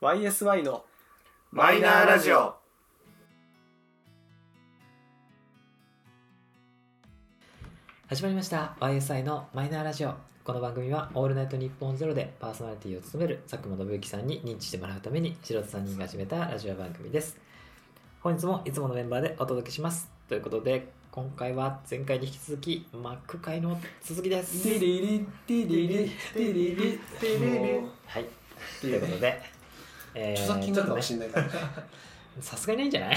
YSY のマイナーラジオ。始まりました YSI のマイナーラジオこの番組は「オールナイトニッポンゼロでパーソナリティを務める佐久間信之さんに認知してもらうために素人3人が始めたラジオ番組です本日もいつものメンバーでお届けしますということで今回は前回に引き続き Mac 会の続きですティリリティリリティリリティリリはいということで、えー著作権ちがょっかともねしれないからねさすがにないんじゃない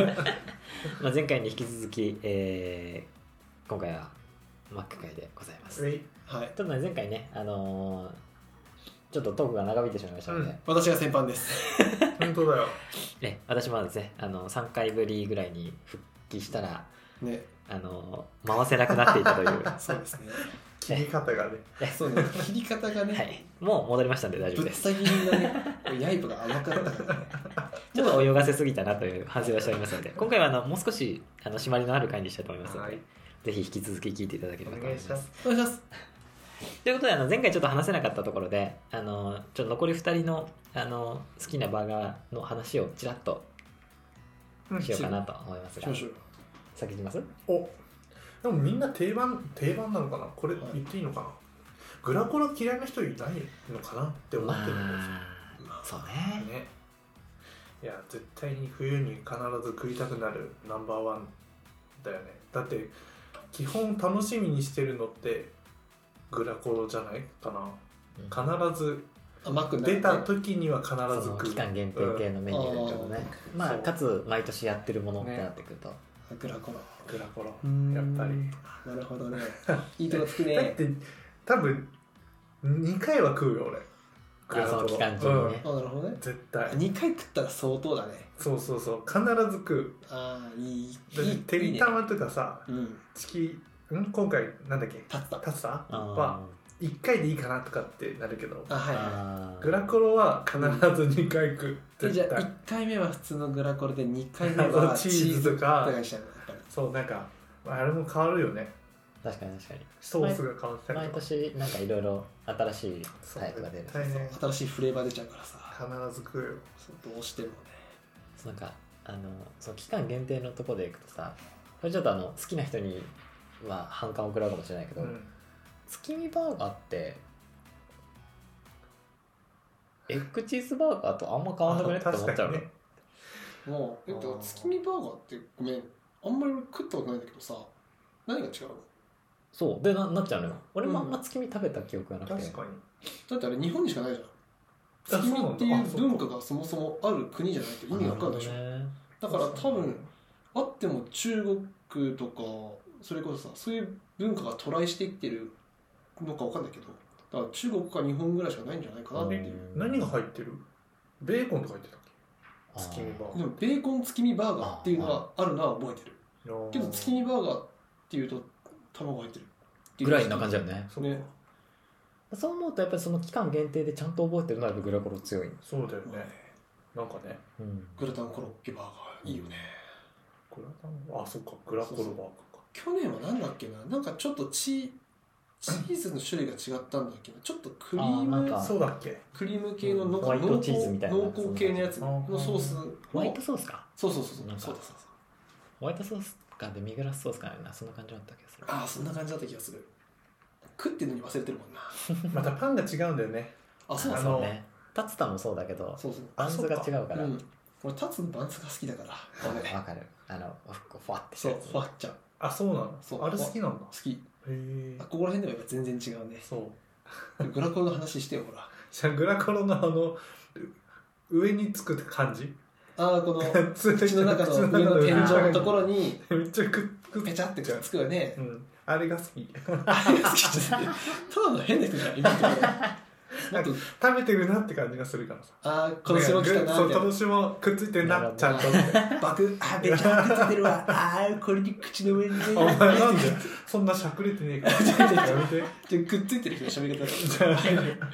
まあ前回に引き続き、えー今回は Mac 会でございますはいちょっとね、前回ね、あのーちょっとトークが長引いてしまいましたので、うん私が先般です本当だよ。え私もですね、あの3回ぶりぐらいに復帰したら、ねあのー回せなくなっていたという、はそうですね切り方がね。そうね切り方がね、い、もう戻りましたんで大ぶ丈夫っです。た切りがねもう刃が甘かったからねちょっと泳がせすぎたなという反省はしておりますので、今回はあのもう少しあの締まりのある回にしたいと思いますので、はい。ぜひ引き続き聞いていただければと思います。お願いしお願いしますということであの前回ちょっと話せなかったところであのちょっと残り2人のあの好きなバーガーの話をちらっとしようかなと思いますが、少々先にいきますお。でもみんな定番定番なのかな。これはい言っていいのかな。グラコラ嫌いな人いないのかなって思っまてるんですよあそうねね。いや絶対に冬に必ず食いたくなるナンバーワンだよね。だって基本楽しみにしてるのってグラコロじゃないかな。必ず甘くな出いた時には必そずの食う。期間限定系のメニューだけどね、うんまあそうかつ毎年やってるものってなってくると、グラコログラコロ。ややっぱり。なるほどねいいとこつくだっねて多分2回は食うよ俺グラあそコのロ期間中にね、あなるほどねうん絶対二回食ったら相当だねそうそうそう必ず食ああいいいうだってていいりねたまとかさうんチキん今回なんだっけパスタタツタあーは1回でいいかなとかってなるけどあはいはいあーグラコロは必ず2回食うえじゃ絶あ対1回目は普通のグラコロで2回目 あはのチチーーズズととかかやっぱりそうなんかあれも変わるよね確かに確かソースが変わったにり毎とか年なんかいろいろ新しいそうタイプが出る絶対ね新しいフレーバー出ちゃうからさ必ず食うよそうどうしてもねそうなんかあのその期間限定のとこでいくとさこれちょっとあの好きな人には反感を食らうかもしれないけど、うん月見バーガーってエッグチーズバーガーとあんま変わんなくねって思っちゃう確かの、にねもうえあーでも月見バーガーってごめんあんまり俺食ったことないんだけどさ何が違うのそうでななっちゃうのよ俺もあうんんま月見食べた記憶がなくて、確かにだってあれ日本にしかないじゃんあ月そう見なっんだていうあそっか文化がそもそもある国じゃないと意味が分かんないでしょだから多分あっても中国とかそれこそさそういう文化がトライしていってるのか分かんないけどだから中国か日本ぐらいしかないんじゃないかなっていううん何が入ってるベーコンとか入ってたっあけー月見バーでもベーコン月見バーガーっていうのはあるのは覚えてるガーけど月見バーガーっていうと卵入ってるぐらいな感じだだよねそうねそう思うとやっぱりその期間限定でちゃんと覚えてるのはやっぱグラコロ強い、そうだよねなんかねうん、グラタンコロッケバーガーいいよねグラタンあそっかグラコロバーガーか去年は何だっけななんかちょっとチチーズの種類が違ったんだっけどちょっとクリーあーなんムかそうだっけクリーム系ののホワイ濃ト厚チーズみたいな濃厚系のやつそんなの感じソースをホワイトソースかそうそうそうそうなんかそうだそうだそうホワイトソースかでミグラスソースかなそんな感じだった気がするだああそんな感じだった気がする食ってるのに忘れてるもんなまたパンが違うんだよねあそうそだうあそうそのうねタツタもそうだけどそうそうバンズが違うからうわん俺タツのバンズが好きだからあれかるあのふふわってしたそうやつフワッちゃん好あそうなのそうあれ好きなんだきへえあここら辺ではやっぱ全然違うねそうグラコロの話してよほらじゃあグラコロのあのう上につく感じああこの 口口の中の上の天井のところにめっちゃくっくっペチャってくっつくよねうんあれが好きあれが好きじゃないただの変な人じゃん今のところもっと食べてるなって感じがするからさああ今年も来たなそみたいうな今年もくっついてるななるほどちゃんとってバクあべちゃってついてるわあーこれに口の上にねお前なんでそんなしゃくれてねえからやめてじゃあくっついてる人の喋り方だ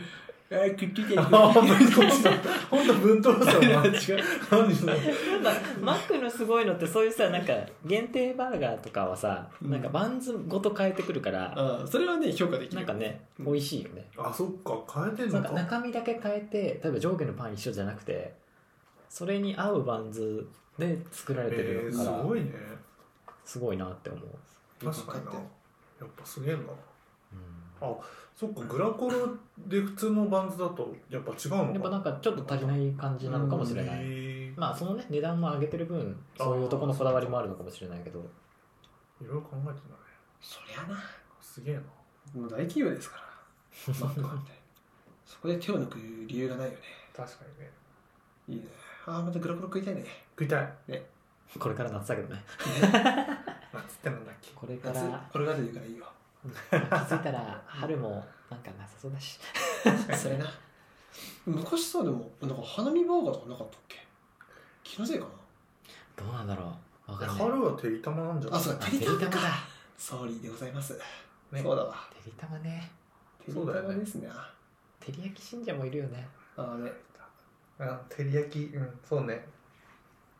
えー、くっついてるああ、ぶっ飛ば本当ぶっ飛ばした。違う。何それなんかマックのすごいのってそういうさなんか限定バーガーとかはさ、うんなんかバンズごと変えてくるから、あーそれはね評価できるなんかね、うん美味しいよねあ、そっか、変えてんなのんかか。中身だけ変えて例えば上下のパン一緒じゃなくてそれに合うバンズで作られてえるー、かすら、ごいね。すごいなって思う、確かにな。やっぱすげえな。うそっか、グラコロで普通のバンズだと、やっぱ違うのか。ん、やっぱなんかちょっと足りない感じなのかもしれない、へーまあそのね値段も上げてる分そういうとこのこだわりもあるのかもしれないけどいろいろ考えてんだね。そりゃなすげえな。もう大企業ですからマックはねそこで手を抜く理由がないよね確かにね。いいねああまたグラコロ食いたいね食いたい。これから夏だけどね夏ってなんだっけ。これか夏らこれが出てるからいいよ気づいた ら春もなんかなさそうだしそれな昔さでもなんか花見バーガーとかなかったっけ気のせいかどうなんだろうわかんない春はてりたまなんじゃななあいそうあだてりたまてりたまだかソーリーでございます、ねそうだわてりたまねてりたそうだよねまですね照り焼き信者もいるよね、あねあ照り焼きうんそうね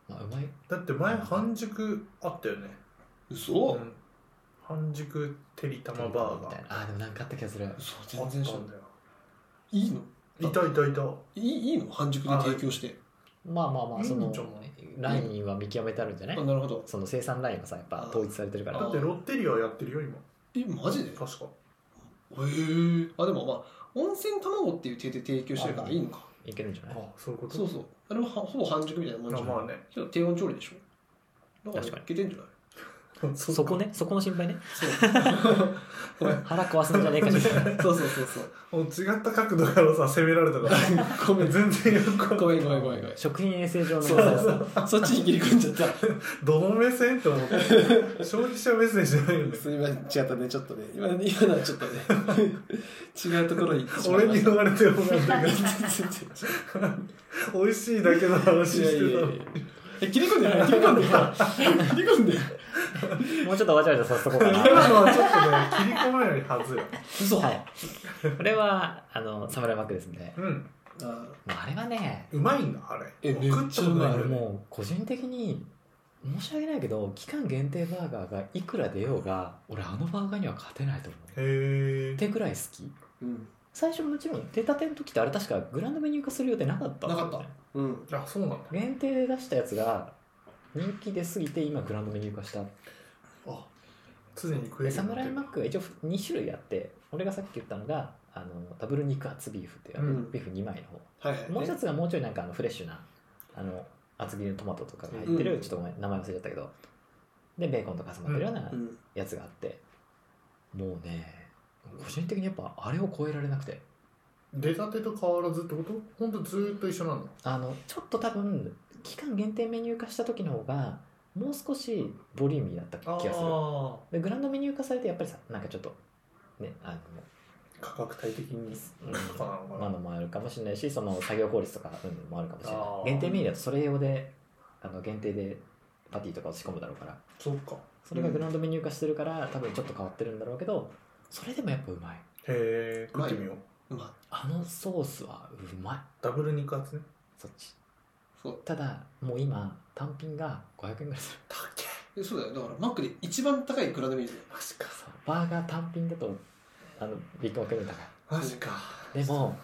まあ、うまいだって前半熟あったよね、嘘うん半熟てりたまバーガみたいーなあーでもなんかあった気がする嘘あ全った然ん知らだよないいいのいたいたいたいいいいの半熟で提供してまあまあまあいいそんのじゃないラインは見極めてあるんじゃなあいなるほどその生産ラインはさやっぱ統一されてるかだらってロッテリアやってるよ今えマジでへ確かえあでもまあ温泉卵っていう手で提供してるからいいのかいけるんじゃなあいそういうことそうそうあれはほぼ半熟みたいなもんじあゃんまあねけど低温調理でしょだから確かいにけてんじゃない そそこねそこの心配ねそう腹壊すんじゃねえかしらそう そうそうそうもう違った角度からさ攻められたからごめん全然よくごめんごめんごめんごめん 食品衛生上のそうそうそうそっちに切り込んじゃったどの目線って思って消費者目線じゃないよねすみません違ったねちょっとね今今のはちょっとね違うところに行ってしま俺いまにし言われてもなんだけたど美味しいだけの話いしやていやたいやいやえ切り込んでない切り込んでない切り込んでないもうちょっとわちゃわちゃさせとこ うかな今のはちょっとね切り込まないはずよ嘘はいこれはあの侍マックですねうんあもうあれはねうまいんだあれえもう食ったことめっなちゃいうまよいねもう個人的に申し訳ないけど期間限定バーガーがいくら出ようが俺あのバーガーには勝てないと思うへってぐらい好きうん最初もちろん出たての時ってあれ確かグランドメニュー化する予定なかったんだよねなかっうんえあそうなんだ限定で出したやつが人気出すぎて今グランドメニュー化したあ常に食でえるサムライマッククが一応2種類あって俺がさっき言ったのがあのダブル肉厚ビーフっていうあのうんビーフ2枚の方、はいはいもう一つがもうちょいなんかあのフレッシュなあの厚切りのトマトとかが入ってる、うんちょっとごめん名前忘れちゃったけどでベーコンとか挟まってるようなうんやつがあって、もうね個人的にやっぱあれを超えられなくて出たてと変わらずってことほんとずーっと一緒なのあのちょっと多分期間限定メニュー化した時の方がもう少しボリューミーだった気がするでグランドメニュー化されてやっぱりさなんかちょっとねあの価格帯的にとかなのかななのもあるかもしれないしその作業効率とかうんもあるかもしれないあー限定メニューだとそれ用であの限定でパティとかを仕込むだろうからそっかそれがグランドメニュー化してるから多分ちょっと変わってるんだろうけどそれでもやっぱうまいへえ食ってみよううまあのソースはうまいダブル肉厚ねそっちいそうただもう今単品が500円ぐらいするたけえそうだよだからマックで一番高いグランドメニューだよマジかそうバーガー単品だとあのビッグマックより高マジかいでも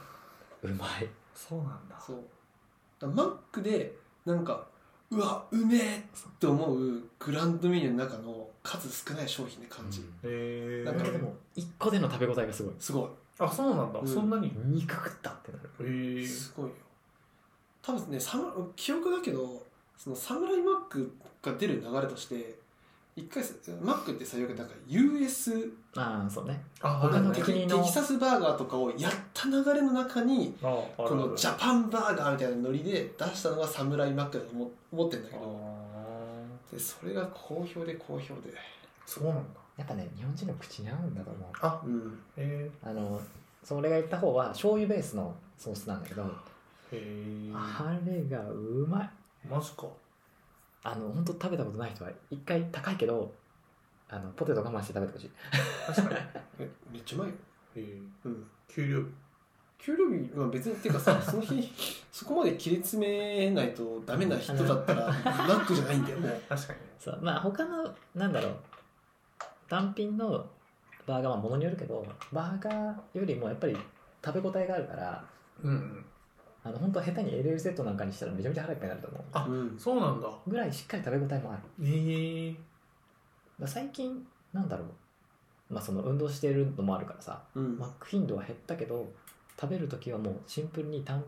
うまいそうなんだそうだからマックでなんかうわうめえって思うグランドメニューの中の数少ない商品で感じ、うんへなんかでも1個での食べ応えがすごいすごあそうなんだうんそんなにへ肉食ったってなるいえすごいよ多分ねサム記憶だけどそのサムライマックが出る流れとして一回さマックってさよくなんか US ああそうねあ他のあるテ逆ねにキサスバーガーとかをやった流れの中にああるこあのるジャパンバーガーみたいなノリで出したのがサムライマックだと思思ってんだけあどーでそれが好評で好評でそうなんだやっぱね日本人の口に合うんだと思うあうんへあのそれが言った方は醤油ベースのソースなんだけどえへえあれがうまいマジかあの本当食べたことない人は一回高いけどあのポテト我慢して食べてほしい確かにへえめっちゃうまいよえうん給料給料日は別にっていうか さその日そこまで切り詰めないとダメな人だったらラックじゃないんだよね確かにねそうまあ他のなんだろう単品のバーガーはものによるけどバーガーよりもやっぱり食べ応えがあるからうんうんあの本当は下手に LL セットなんかにしたらめちゃめちゃ腹いっぱいになると思あうんそうなんだうぐらいしっかり食べ応えもあるえー、まあ最近なんだろうまあその運動してるのもあるからさうんマック頻度は減ったけど食べる時はもうシンプルに単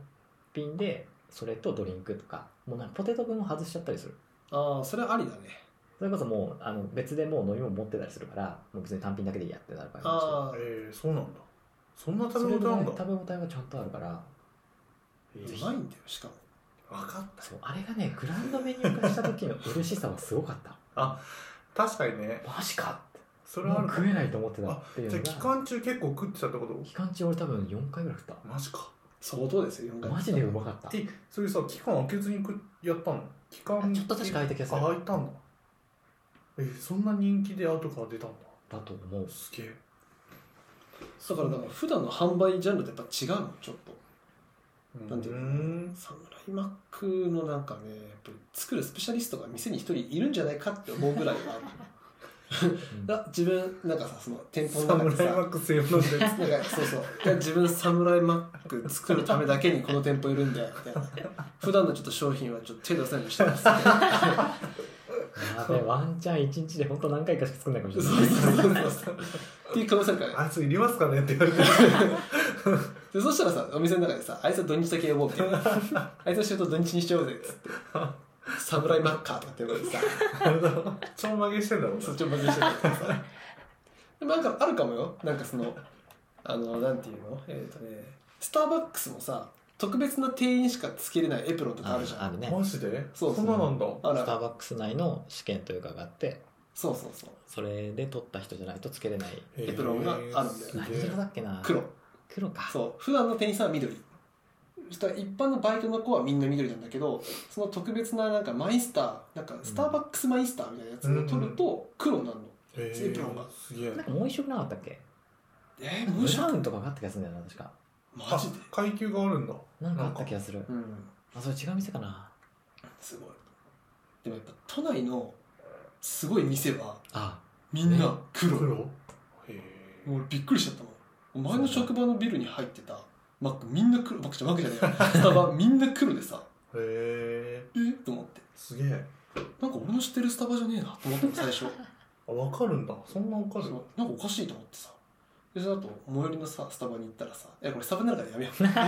品でそれとドリンクとかもうなんかポテト分を外しちゃったりするああそれはありだねそれこそもうあの別でもう飲み物持ってたりするからもう別に単品だけでいいやってなるからああえー、そうなんだそんなそれぐ食べ応らえあいんだ食べ応えがちゃんとあるからえうーまいんだよしかもわかっそうあれがねグランドメニュー化した時の嬉しさはすごかったた確かにねマジかってそれもはあうる食えないと思ってたあっていうじゃのあ期が間中結構食ってたってこと期間中俺多分4回ぐらい食っマジか相当ですよ4た回マジでうまかったえそれさ期間空けずに食っやったの期間あちょっと確か空いた気がするあ空いたんだえそんな人気で後から出たんだだと思うすげえだからなんか普段の販売ジャンルとやっぱ違うのちょっとなんていううーのんサムライマックのなんかねやっぱり作るスペシャリストが店に一人いるんじゃないかって思うぐらい はあるだ自分なんかさその店舗サの中ムでライマさックス用のでなんかそうそうで自分サムライマック作るためだけにこの店舗いるんだよみたいな普段のちょっと商品はちょっと手出せないようにして ますねやべワンチャン1日で本当何回かしか作んないかもしそうれそなうそいうそうっていう可能性あるからねあいついりますかねって言われて でそしたらさお店の中でさあいつは土日だけ呼ぼうみたいな あいつの仕事土日にしちゃおうぜっつってサムライマッカーとかって呼ばれ てさあれだろちょんまげしてんだろうなそっちもバズりしてたからさでもなんかあるかもよなんかそのあのなんていうのえっ、とねスターバックスもさ特別な店員しかつけれないエプロンとかあるじゃんあるねマジでそうそうんななんだあスタらーバックス内の試験というかがあってそうそうそうそれで取った人じゃないとつけれないエプロンがあるんだよすげえ何色だっけな黒黒かそう普段の店員さんは緑そしたら一般のバイトの子はみんな緑なんだけどその特別ななんかマイスターなんかスターバックスマイスターみたいなやつを取ると黒になるの、へエプロンがすげえなんかもう一色なかったっけえー、ブ無ラ色ウンとかがあった気がするんだよな確かマあジで階級があるんだなんかあった気がするうんあそれ違う店かなすごいでもやっぱ都内のすごい店はあみんねな黒、へえもう俺びっくりしちゃったもんお前の職場のビルに入ってたマックみんな黒マックじゃマックじゃねえ やスタバみんな黒でさへええと思ってすげえなんか俺の知ってるスタバじゃねえなと思ったの最初あ分かるんだそんな分かそるうなんかおかしいと思ってさでその後最寄りのさスタバに行ったらさ「いやこれスタバになるからやめよう」や だ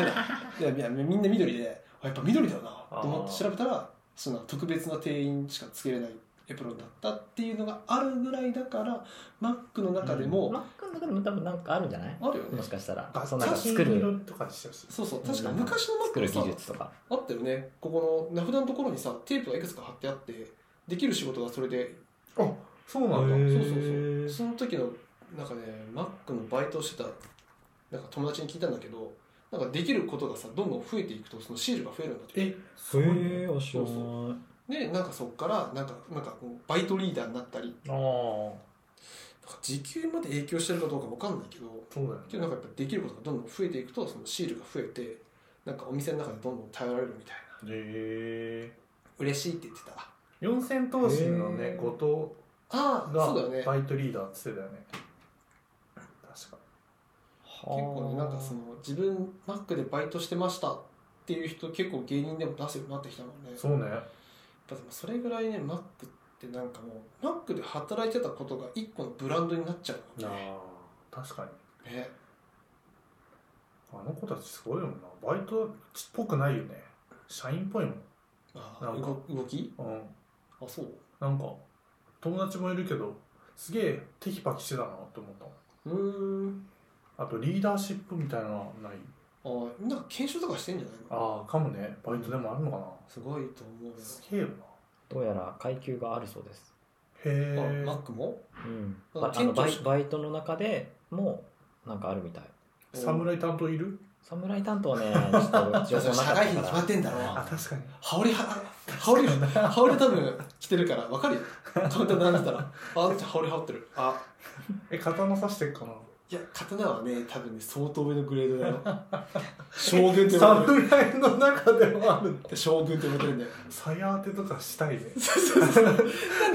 いやいやみんな緑であやっぱ緑だよなと思って調べたらその特別な店員しかつけれないエプロンだったっていうのがあるぐらいだからマックの中でマもックの中でも多分なんかあるんじゃないあるよねもしかしたらガそのなチんャか作金る色とかにしてほしいそうそう確か昔のマッ作クるの技さ術とかあったよねここの名札のところにさテープがいくつか貼ってあってできる仕事がそれであそうなんだそうへそうそーうその時のなんかねマックのバイトをしてたなんか友達に聞いたんだけどなんかできることがさどんどん増えていくとそのシールが増えるんだってえすへごいえねおしょそううでなんかそっからなんかなんかこうバイトリーダーになったりなんああそか時給まで影響してるかどうかわかんないけどうだよけどなんかやっぱできることがどんどん増えていくとそのシールが増えてなんかお店の中でどんどん頼られるみたいなねへえ嬉しいって言ってたあ四千頭身のへねー後あ藤ーそうだよがねバイトリーダーっつってたよね確か結結構ねなんかその自分マックでバイトしてましたっていう人結構芸人でも出すようになってきたもんねそうねだってもうそれぐらいねマックってなんかもうマックで働いてたことが一個のブランドになっちゃうあもんねあ確かにねあの子たちすごいもんなバイトっぽくないよね社員っぽいもんあなーんか動動きうんあそうなんか友達もいるけどすげえテキパキしてたなと思っうーんたあとリーダーシップみたいなのないあーなんか研修とかしてんじゃないのああかもねバイトでもあるのかな、すごいと思うよすげえよなどうやら階級があるそうですへあえマックもうんあばあ店の長バイしバイトの中でもなんかあるみたい侍担当いる侍担当ねちょっと情報なかった社から会人決まってんだろあ確かに羽織は羽織羽織多分着てるからわかるよカウンター並んでたらああの人羽織羽織ってるあえ刀刺してっかないや刀はね多分ね相当上のグレードだよ 将軍って呼ばれてる侍の中でもある将軍って呼ばれてるんだ よ鞘当てとかしたいねそうそうそうなんで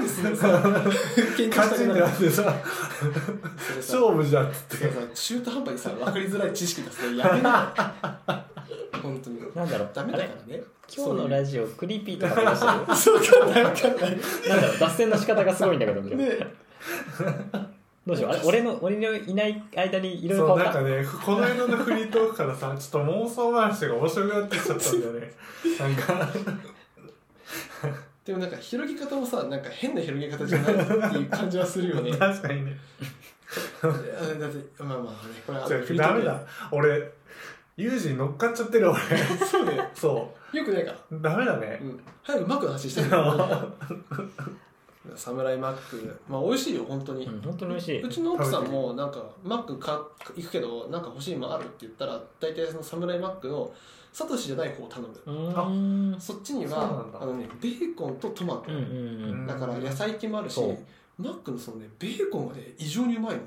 それ さ喧嘩カしたチンくなるってなってさそれさ勝負じゃんっつっそてれさ中途半端に さ分かりづらい知識だそれやめなよ本当になんだろうダメだからね今日のラジオクリーピーとかありましたよそうかないわかんないなんだろう脱線の仕方がすごいんだけどみたいなねどうしようあれ俺の俺のいない間にいろいろそ変うなわんったかねこの間のフリートークからさちょっと妄想話が面白くなってきちゃったんだよ ねなんかでもなんか広げ方もさなんか変な広げ方じゃないっていう感じはするよ ね確かにねあだってまあまあねこれはじゃあダメだ俺ユージに乗っかっちゃってる俺そうだよ そよくないからうダメだねうん早くマックの話したいんだけどサムライマックまあ美味しいよ本当に、うん本当に美味しいうちの奥さんもなんかマック買行くけどなんか欲しいもんあるって言ったら大体そのサムライマックのサトシじゃない方を頼むうーんそっちにそうなはんだあのねベーコンとトマト、うんうんだから野菜系もあるしそうマックのそのねベーコンがね異常にうまいの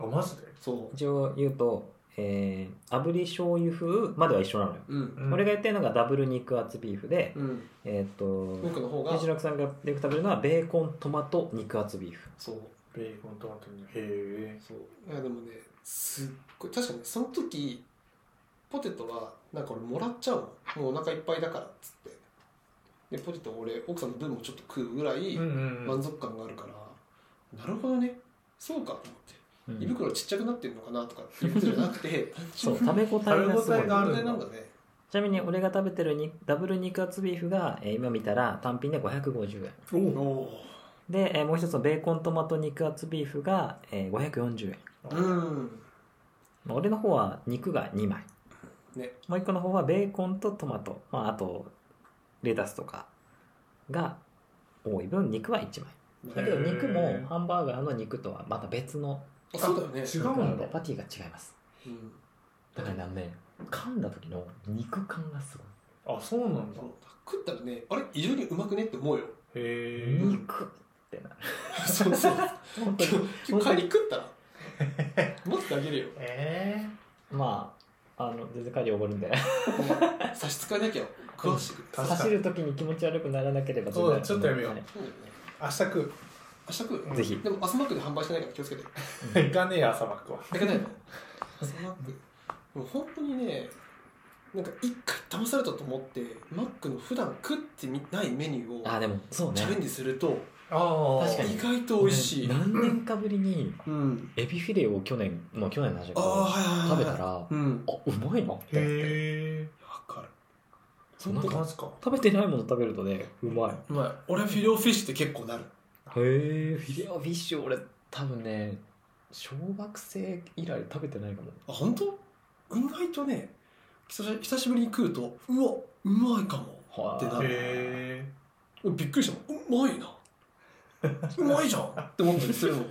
あマジで、そ一応言うと、えー、炙り醤油風までは一緒なのよ、ううんうん俺が言ってるのがダブル肉厚ビーフで、うんえー、文っ句の方とが藤野さんがよく食べるのはベーコントマト肉厚ビーフそうベーコントマトにへえそういやでもねすっごい確かにその時ポテトはなんか俺もらっちゃうもんもうお腹いっぱいだからっつってでポテト俺奥さんの分もちょっと食うぐらいうんうんう満ん足感があるから、なるほどねそうかと思ってうん胃袋ちっちゃくなってるのかなとかっていうことじゃなくて 単そ純うに食べ応えがす食べご応いえがあ問る題なんだねちなみに俺が食べてるにダブル肉厚ビーフが、えー今見たら単品で550円おおで、えーもう一つのベーコントマト肉厚ビーフが、えー540円、ううんんまあ、俺の方は肉が2枚ねもう一個の方はベーコンとトマト、まあ、あとレタスとかが多い分肉は1枚だけど肉へもーハンバーガーの肉とはまた別のあそうだよね違肉うなんのでだパティが違いますうんだからね噛んだ時の肉感がすごいあそうなんだそう食ったらねあれ異常にうまくねって思うよへえ肉ってなるそうそう本当 今に日今日帰り食 ったら持ってあげるよえまああの全然カリおごるんで差し支えなきゃ食わしてくれ確かに走る時に気持ち悪くならなければ全然そうだちょっとやめようはいそうだよね明日食う明日食うぜひでも朝マックで販売してないから気をつけて行かねえ朝マックはいけないの朝マックもう本当にねなんか一回騙されたと思ってマックの普段食ってみないメニューあをでもそうねチャレンジするとああ確かに意外と美味しい、俺何年かぶりにうんエビフィレを去年まあ去年の話だあけあどはいは食いはいべたらあうんうまいなって思ってへえわかるそう本なん当かマジか食べてないもの食べるとねうまいへうまい俺フィレオフィッシュって結構なるえフィレオフィッシュ俺多分ね小学生以来食べてないかもあ本当意外とね久し久しぶりに食うとうわうまいかもはってなるへびっくりしたもんうまいなうまいじゃんって思ったりするのえ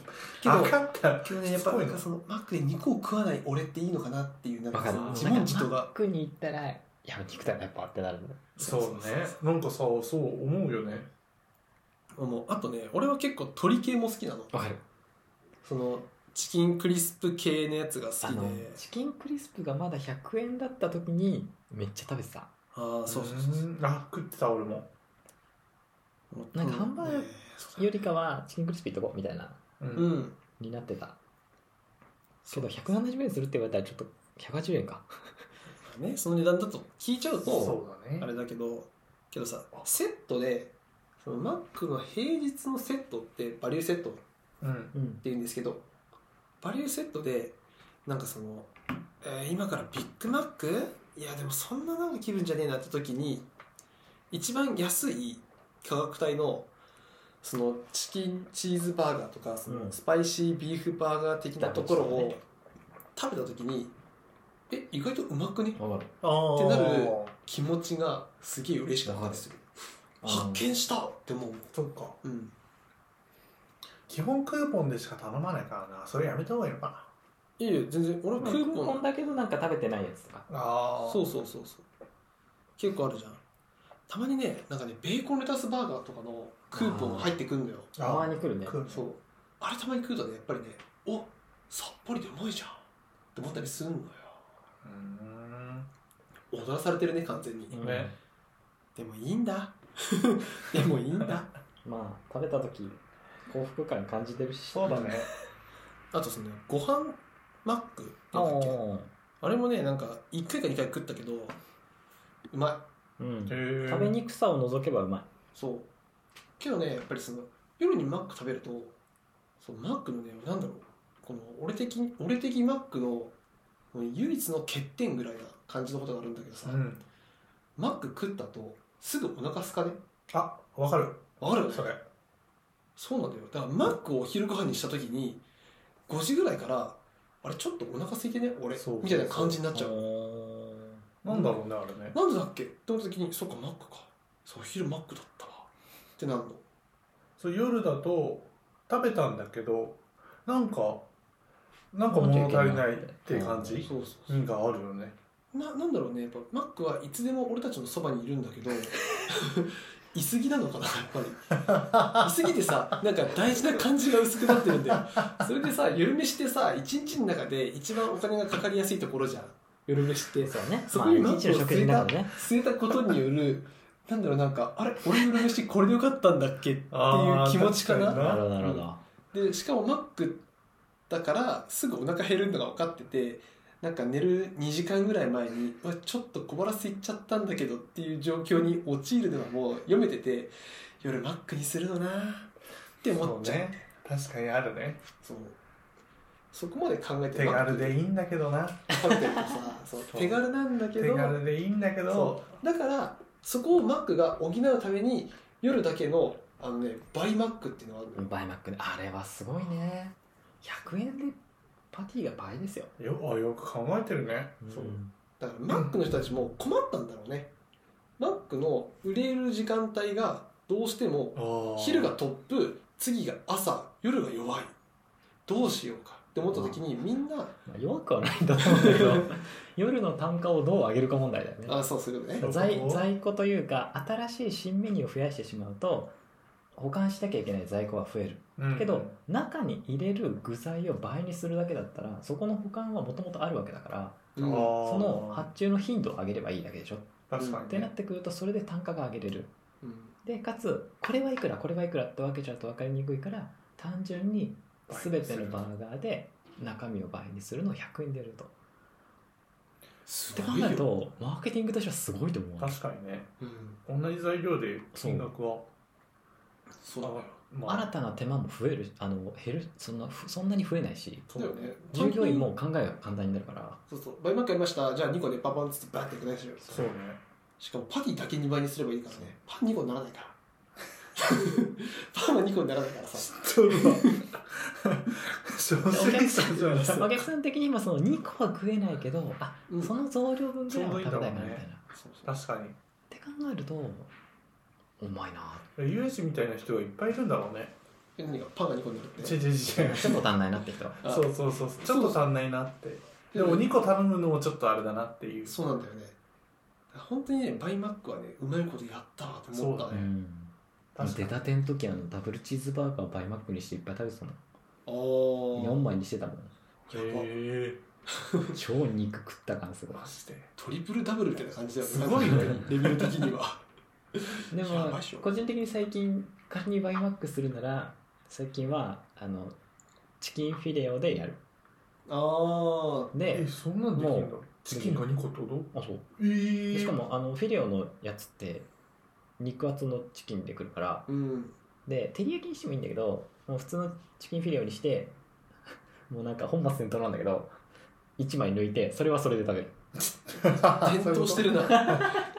けど分かったけどねやっぱすごないんなかそのマックで肉を食わない俺っていいのかなっていうなんわかかそるの自問なんか自答マがックに行ったらいや肉だなやっぱってなるんだそうねなんかさそう思うよねもうあとね俺は結構鶏系も好きなのわかるそのチキンクリスプ系のやつが好あきでのチキンクリスプがまだ100円だった時にめっちゃ食べてたああーそうそうそううんあ食ってた俺ももうなんかハンバーグねそうよりかはチキンクリスピーとこみたいなううんんになってたけど170円するって言われたらちょっと180円かねその値段だと聞いちゃうとそうだねあれだけどけどさセットでそのマックの平日のセットってバリューセットってうんうん言うんですけどバリューセットでなんかその、えー今からビッグマックいやでもそんななんか気分じゃねえなって時に一番安い価格帯のそのチキンチーズバーガーとかそのうんスパイシービーフバーガー的なところダブルをチ食べた時にえ意外とうまくねわかるああってなる気持ちがすげえ嬉しかったりする発見したって思うそっかうん基本クーポンでしか頼まないからなそれやめた方がいいのかないいよ全然俺はククーーポポンンだけどなんか食べてないやつとかあそうそうそうそう結構あるじゃんたまにねなんかねベーコンレタスバーガーとかのクーポンが入ってくんのよたまに来るねクーポンそうあれたまに食うとねやっぱりねおさっぱりでうまいじゃんって思ったりすんのようん踊らされてるね完全に、うんねでもいいんだ でもいいんだまあ食べた時幸福感感じてるしそうだねあとそのご飯マックあなんだっけーあれもねなんか1回か2回食ったけどうまうん食食べにくさを除けばうまいいそうけどねやっぱりその夜にマック食べるとそうマックのねなんだろうこの俺的俺的マックの唯一の欠点ぐらいな感じのことがあるんだけどさ、うんマック食ったとすぐお腹空かねあわかるわかるよねそれそうなんだよだからマックをお昼ご飯にした時に5時ぐらいからあれちょっとお腹空いてね俺そうみたいな感じになっちゃうおーなんだろうねあれねなんでだっけって思った時にそうかマックかそう昼マックだったわってなるのそう夜だと食べたんだけどなんかなんか物足りないっていう感じそうそうがあるよねななんだろうねやっぱマックはいつでも俺たちのそばにいるんだけ どいすぎなのかなやっぱりいすぎてさなんか大事な感じが薄くなってるんだよそれでさ夜飯ってさ一日の中で一番お金がかかりやすいところじゃん夜飯ってそうねそまこあに一マッ日クをの食事据えのた中でね据えたことによるなんだろうなんかあれ俺夜飯これでよかったんだっけっていう気持ちかあー確かになななるほどなるほどでしかもマックだからすぐお腹減るのが分かっててなんか寝る2時間ぐらい前にうわちょっと小腹空いちゃったんだけどっていう状況に陥るのがもう読めてて夜マックにするのなって思っちゃうそうね確かにあるねそうそこまで考えて手軽でいいいんだけどな食べてるとさそうそう手軽なんだけ手ど軽でいいんだけどそうだからそこをマックが補うために夜だけのあのね倍マックっていうのがあるのよバイマックねあれはすごいね100円でパティが倍ですよ、よあよく考えてるねそうだからマックの人たちも困ったんだろうねマックの売れる時間帯がどうしても昼がトップ次が朝夜が弱いどうしようかって思った時にみんなまあ、弱くはないんだと思うんだけ ど夜の単価をどう上げるか問題だよねあそうするねそう在在庫というか新しい新メニューを増やしてしまうと保管しなきゃいけない在庫は増えるうんけど中に入れる具材を倍にするだけだったらそこの保管はもともとあるわけだからうんあーその発注の頻度を上げればいいだけでしょっ確かてになねってくるとそれで単価が上げれるうんでかつこれはいくらこれはいくらって分けちゃうと分かりにくいから単純に全てのバーガーで中身を倍にするのを100円でやると。すって考ごいえよるとマーケティングとしてはすごいと思う。確かにねうん同じ材料で金額はそうだよま新たな手間も増えるあの減るそんなふそんなに増えないしそうだよね従業員も考えが簡単になるからそうそう倍マックやりましたじゃあ2個でパンパンつってバーっていくないしそうねしかもパティだけ2倍にすればいいからねパン2個にならないから パンは2個にならないからさ ちょっ とお客さじゃないんお客さん的に今その2個は食えないけどあ、うんその増量分ぐらいは食べたいかなみたいな。ちょうどいいんだもんねそうそう確かにって考えるとうまいな有志みたいな人がいっぱいいるんだろうねえ何がパンが2個になるってちょちょちょちょっと足んないなって人あそうそうそうちょっと足んないなってでも2個頼むのもちょっとあれだなっていうそうなんだよね本当にねバイマックはねうまいことやったわと思ったそううねん確か出にたての時あのダブルチーズバーガーをバイマックにしていっぱい食べてたのあ4ー枚にしてたもんやばへえ超肉食った感すごいマジでトリプルダブルみたいな感じだよねすごいねレベル的にはでやもばいっしょ個人的に最近仮にバイマックするなら最近はあのチキンフィレオでやるああでえそんなんできるんだチキンが2個ってことあそうえーで しかもあのフィレオのやつって肉厚のチキンでくるからうんで照り焼きにしてもいいんだけどもう普通のチキンフィレオにしてもうなんか本末転倒なんだけど1枚抜いてそれはそれで食べる転倒してるな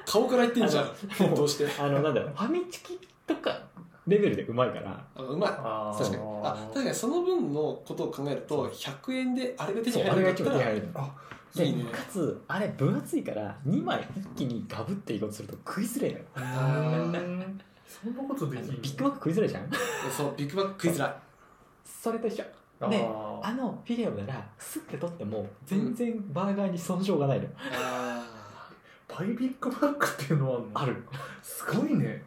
顔から言ってんじゃん転倒してあのなんだろうファミチキとかレベルでうまいからあうまいあー確かにあ確かにその分のことを考えると100円であれが手そにう入あれるがんだ一った番手ら入るあでいいねかつあれ分厚いから2枚一気にガブっていこうとすると食いづれえのよあそんなことであきのるビッグマック食いづれえじゃんそうビッグバック食いづらいそれと一緒あーねあのフィレオならすって取っても全然バーガーに損傷がないの、あパイビッグマックっていうのはあるすごいね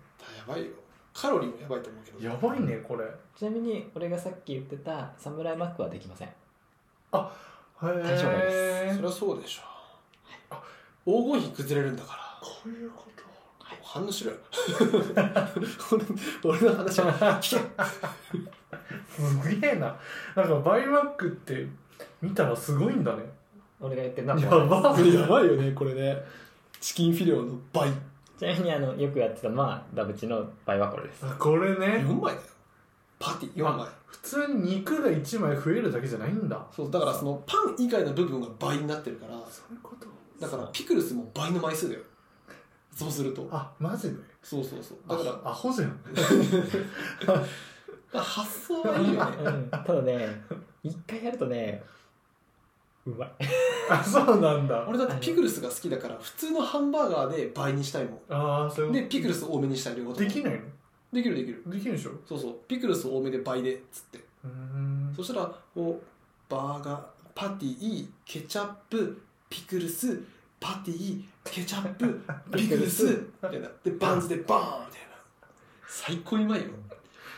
ーやばいよカロリーもやばいと思うけどやばいねこれちなみに俺がさっき言ってたサムライマックはできません対象外でそりゃそうでしょ黄金比崩れるんだからこういうこと反応しろよ俺の話は聞けすげえななんかバイマックって見たらすごいんだね俺が言ってるのはやもうばやばいよねこれねチキンフィレオの倍ちなみにあのよくやってたまあダブチのバイはこれですあこれね4枚だよパティ4枚普通に肉が1枚増えるだけじゃないんだそうだからそのパン以外の部分が倍になってるからそういうことだからピクルスも倍の枚数だよそうするとあマジでそうそうそうだだかかららアホじゃんだから発想はいいよ ねうんただね一回やるとねうまいあそうなんだ俺だってピクルスが好きだから普通のハンバーガーで倍にしたいもああそういんうでこピクルス多めにしたい両方とともできないできるできるのできるでしょそうそうピクルス多めで倍でっつってうーんそしたらこうバーガーパティケチャップピクルスパティケチャップピクルスみたいなでバンズでバーンみたいな最高にうまいよ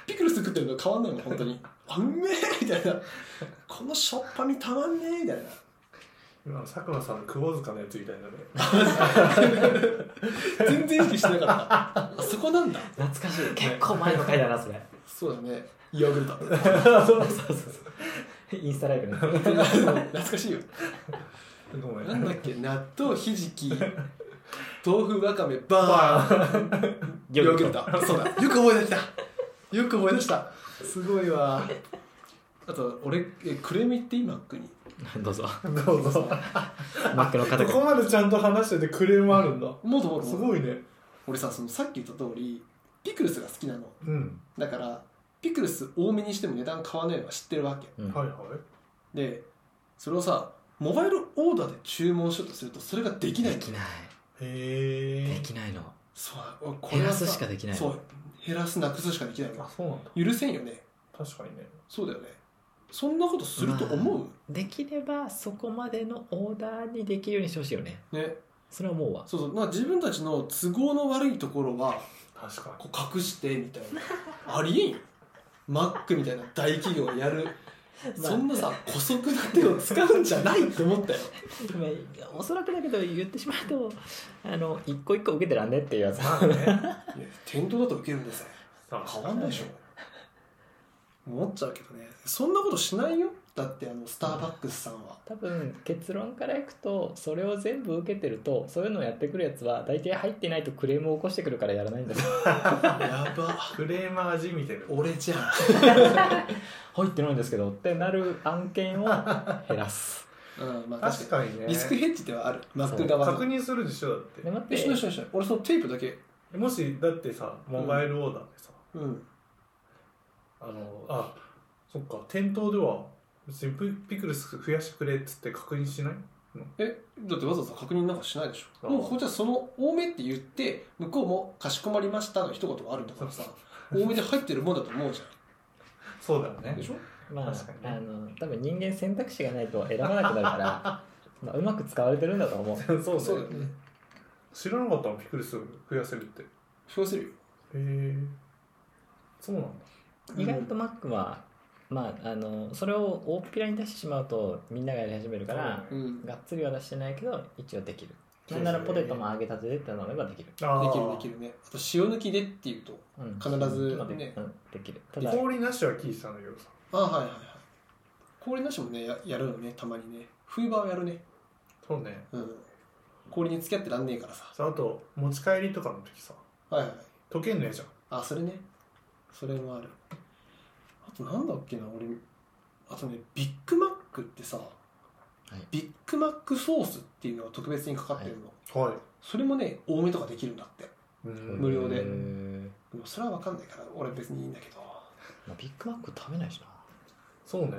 ピクルス食ってるの変わんないもん本当にあうめえみたいなこのしょっぱみたまんねえみたいな今の佐久間さんの窪塚のやつみたいだね全然意識してなかったあそこなんだ懐かしい結構前の回だなそれ そうだねヨーグルトそうそうそうそうインスタライブの 懐かしいよごめんなんだっけ納豆ひじき豆腐わかめバーンあーヨーグルトそうだよく覚えてきたよく覚え出したすごいわあと俺えクレミって今国どうぞどうぞマックの方こがこまでちゃんと話しててクレームあるんだもともとすごいね俺さそのさっき言った通りピクルスが好きなのうんだからピクルス多めにしても値段変わらないのは知ってるわけうんはいはいでそれをさモバイルオーダーで注文しようとするとそれができないでのきないへでえきないのそうこ減れらはさすしかできないそのう減らすなくすしかできないあのそうなんだ許せんよね確かにねそうだよねそんなことすると思う、できればそこまでのオーダーにできるようにしてほしいよねねそれはもうわそうそうまあ自分たちの都合の悪いところは確かこにう隠してみたい なありえんよマックみたいな大企業がやる、そんなさ姑息な手を使うんじゃないって思ったよまあおそらくだけど言ってしまうとあの一個一個受けてらんねっていうやつまあね いや店頭だと受けるんですよさあ変わんないでしょ思っちゃうけどねそんなことしないよだってあのスターバックスさん は多分結論からいくとそれを全部受けてるとそういうのをやってくるやつは大体入ってないとクレームを起こしてくるからやらないんだけどやばクレーマーじみてる俺じゃん入ってないんですけどってなる案件を減らすうんまあ確確かかにねにリスクヘッジではあるマック側確の認するでしょだっ で待ってえしないしないしない俺そのテープだけてもしだってさモバイルオーダーでさ、うんあのあそっか店頭では別にピピクルス増やしてくれっつって確認しないえだってわざわざ確認なんかしないでしょあもうこっちはその多めって言って向こうも「かしこまりました」の一言があるんだからさ多めで入ってるもんだと思うじそうだよゃんねでしょまあ、確かにねあの多分人間選択肢がないと選ばなくなる からまあうまく使われてるんだと思う そうそうだだよよねね知らなかったのピクルス増やせるってへ増やせるよえそうなんだ意外とマックは、まあ、あのそれを大っぴらに出してしまうとみんながやり始めるから、うん、うん、でがっつりは出してないけど一応できるへーなんならポテトも揚げたてでってなればできる、あきるできるるねあと塩抜きでっていうとうん、必ずまあでねうんできるただ氷なしは聞いてたんだけどさあはいはいはい氷なしもねややるのねたまにね冬場はやるねそうねうん氷に付き合ってらんねえからささあと持ち帰りとかの時さはいはい溶けんのやじゃんあそれねそれもあるあとなんだっけな俺あとねビッグマックってさ、いビッグマックソースっていうのが特別にかかってるの、はいそれもね多めとかできるんだってうん無料でへーでもそれは分かんないから俺別にいいんだけどまあビッグマック食べないしなそうね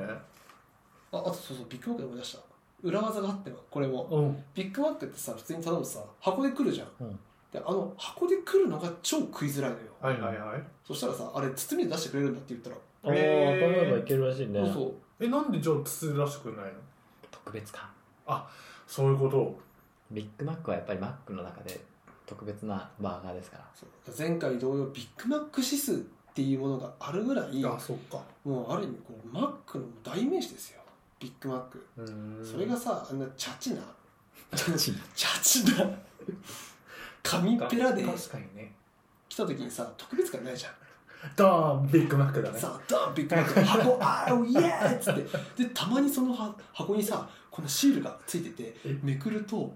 ああとそうそうビッグマックで思い出した裏技があってこれもうんビッグマックってさ普通に頼むとさ箱で来るじゃん、うんであの箱で来るのが超食いづらいのよはいはいはいそしたらさあれ包みで出してくれるんだって言ったら、おおへーーこのままいけるらしいねそうそうえなんでじゃあ筒出してくんないの特別感そういうことビッグマックはやっぱりマックの中で特別なバーガーですからそう前回同様ビッグマック指数っていうものがあるぐらいあそっかもうある意味こうマックの代名詞ですよビッグマックうーんそれがさあんなチャチなチャチ チャチな紙ペラで確かにね来た時にさ特別感ないじゃんドーンビッグマックだねさあドンビッグマック箱 あーおイエーイっつってでたまにそのは箱にさこのシールがついててえめくると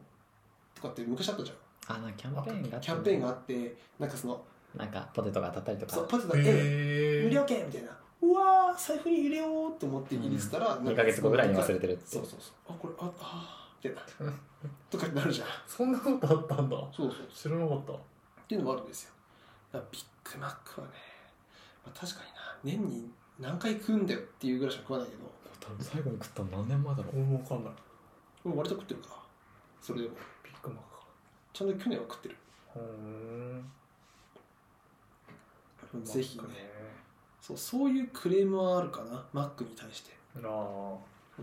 とかって昔あったじゃあなんかキャンペーンがあったんキャンペーンがあってなんかそのなんかポテトが当たったりとそうかポテト A 無へえ料券みたいなうわー財布に入れようと思って入れてたら、なんか2ヶ月後ぐらいに忘れてるってそうそうそうあこれああーみたいなとかになるじゃんそんなことあったんだそうそう知らなかったっていうのもあるんですよだからビッグマックはね、まあ、確かにな年に何回食うんだよっていうぐらいしか食わないけど多分最後に食ったの何年前だろ俺もわかんない俺割と食ってるからそれでもビッグマックかちゃんと去年は食ってるうーんぜひねマックねそうそういうクレームはあるかなマックに対してなあ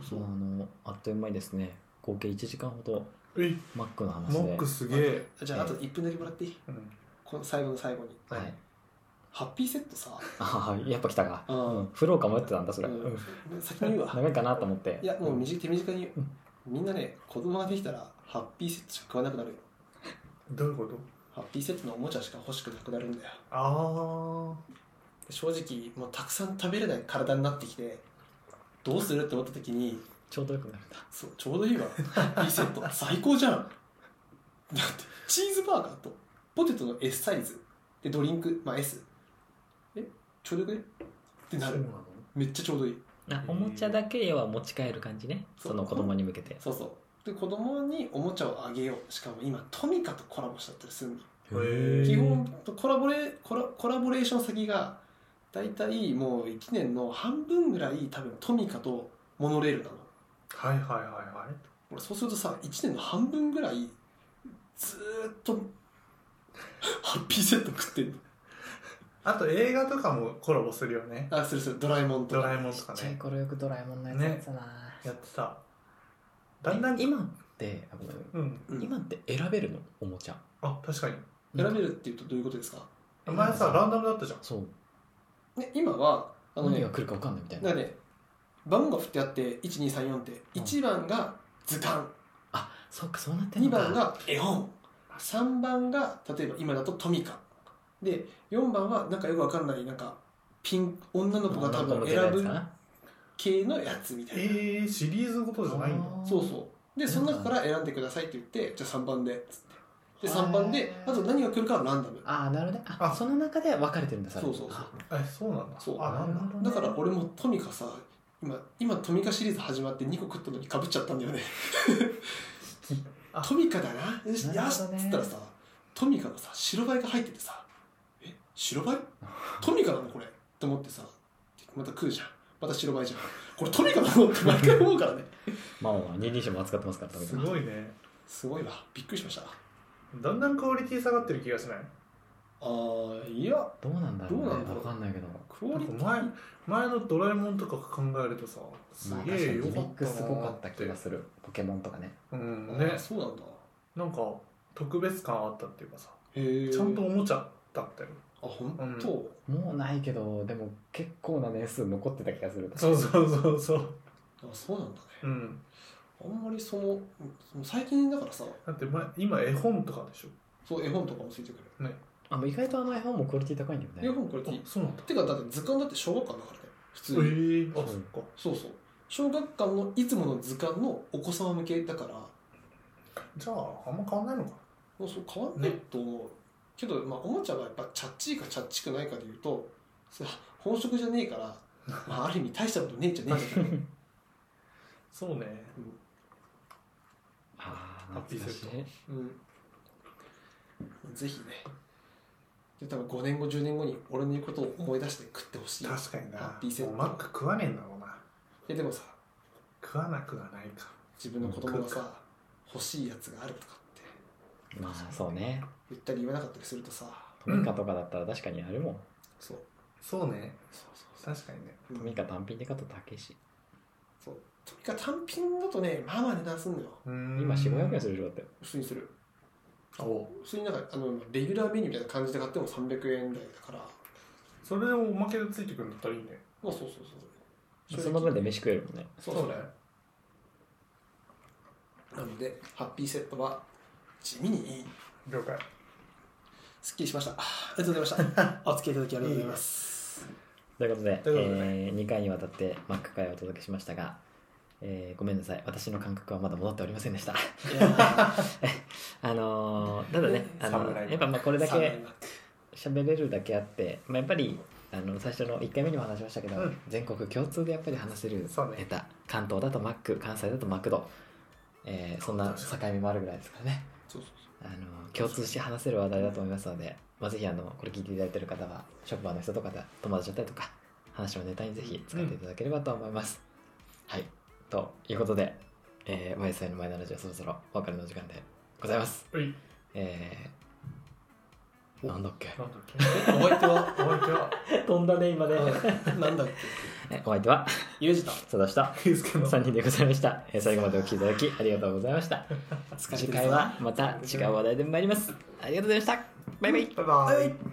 そうまああのあっという間にですね合計1時間ほどえマックのマ話でックすげえ、じゃああと1分だけもらっていいうん、この最後の最後にはいハッピーセットさああやっぱ来たかうん、振ろうか迷ってたんだそれ、うん先に言うわ長いかなと思っていやもう短い手短にうんみんなね子供ができたらハッピーセットしか食わなくなるよどういうことハッピーセットのおもちゃしか欲しくなくなるんだよあ正直もうたくさん食べれない体になってきてどうするって思った時にちょうどよくなるんだそうちょうどいいわハッピーセット 最高じゃんだってチーズバーガーとポテトの S サイズでドリンクまあ S えちょうどよくねってあなそうるなのめっちゃちょうどいいなおもちゃだけは持ち帰る感じねそうその子供に向けてそうそうで子供におもちゃをあげようしかも今トミカとコラボしちゃったりするのへー基本コラボレコラコラボレーション先が大体もう1年の半分ぐらい多分トミカとモノレールなのはいはいはいはい俺そうするとさ1年の半分ぐらいずーっとハッピーセット食ってんのあと映画とかもコラボするよねあするするドラえもんとドかラえもんとかね頃よくドラえもんのやつだな、やってただんだん今ってあごめんうんうん今って選べるのおもちゃあ確かに選べるっていうとどういうことですか、前さランダムだったじゃんそうね、今はあの何ねが来るか分かんないみたいなんなかね番号が振ってあって1234ってうん1番が図鑑あそうかそうなってん2のか番が絵本3番が例えば今だとトミカで4番はなんかよくわかんないなんかピン女の子が多分選ぶ系のやつみたいな、えー、シリーズごとじゃないんだそうそうでその中から選んでくださいって言ってじゃあ3番でっつってで3番でへーあと何が来るかはランダムああなるほどねああその中で分かれてるんだれそうそうそうえそうなんだそうあなんだほどねだから俺もトミカさ今今トミカシリーズ始まって2個食ったのにかぶっちゃったんだよね あトミカだなよしなよるしほっどねつったらさトミカのさ白バイが入っててさえ白 バイトミカなのこれと思ってさまた食うじゃんまた白バイじゃんこれトミカなのって毎回思うからねまあまあまあ二輪車も扱ってますからすごいね すごいわびっくりしましただんだんクオリティ下がってる気がしないあーいやどうなんだろうねどうなんだろう分かんないけどクオなリんティか前前のドラえもんとか考えるとさすまあ確かげにリえよミかったなックすごかった気がするポケモンとかねうんねねそうなんだなんか特別感あったっていうかさへえちゃんとおもちゃだったよあ本当、もうないけどでも結構な年数残ってた気がするそうそうそうそうあそうなんだねうんあんまりそのその最近だからさだって前今絵本とかでしょそう絵本とかもついてくるあの意外とあの絵本もクオリティ高いんだよね絵本これっていいあそうなんだてかだって図鑑だって小学館だからね普通えに、ー、あそっかそうそう小学館のいつもの図鑑のお子様向けだからもじゃああんま変わんないのかうそう変わんないねと思う、けど、まあ、おもちゃはやっぱチャッチーかチャッチーくないかでいうとそれは本職じゃねえから、まあ、ある意味大したことねえんじゃねえんだけど そうねああハッピーセット懐かしいうんぜひねで多分5年後10年後に俺の言うことを思い出して食ってほしい確かになハッピーセットもうマック食わねえんだろうないやでもさ食わなくはないか自分の子供がうんさ欲しいやつがあるとかってまあそうね言ったり言わなかったりするとさトミカとかだったら確かにあるもん、そうそうねそうそう確かにねそうトミカ単品で買っただけしそうトミカ単品だとねまあまあ値段すんのようーん今4500円するでしょだって普通にするお普通になんかあのレギュラーメニューみたいな感じで買っても300円台だからそれでもおまけでついてくるんだったらいいねまあそうそうそうその分で飯食えるもんねそうそうねなのでハッピーセットは地味にいい了解すっきりしましたありがとうございましたお付き合いいただきありがとうござい ますということでということでねえ2回にわたってマック会をお届けしましたが、えーごめんなさい私の感覚はまだ戻っておりませんでした いやあのーただねあの侍やっぱまあこれだサウナけになって喋れるだけあって、まあ、やっぱりあの最初の1回目にも話しましたけど、うん全国共通でやっぱり話せるネそうねタ、関東だとマック関西だとマクド、えーそんな境目もあるぐらいですからねそうそうあの共通して話せる話題だと思いますので、まあ、ぜひあのこれ聞いていただいている方は職場の人とかで友達だったりとか話をネタにぜひ使っていただければと思います、はいということで、えー、YSI の前のラジオそろそろお別れの時間でございますはいえー、なんだっけなんだっけそうお相手 はお相手は飛んだね今ねあなんだっけ えお相手はゆうじた佐藤した圭介の3人でございました、えー最後までお聞きいただきありがとうございました 疲れて次るぞ回はまた違う話題で参りますありがとうございましたバイバイバイバイ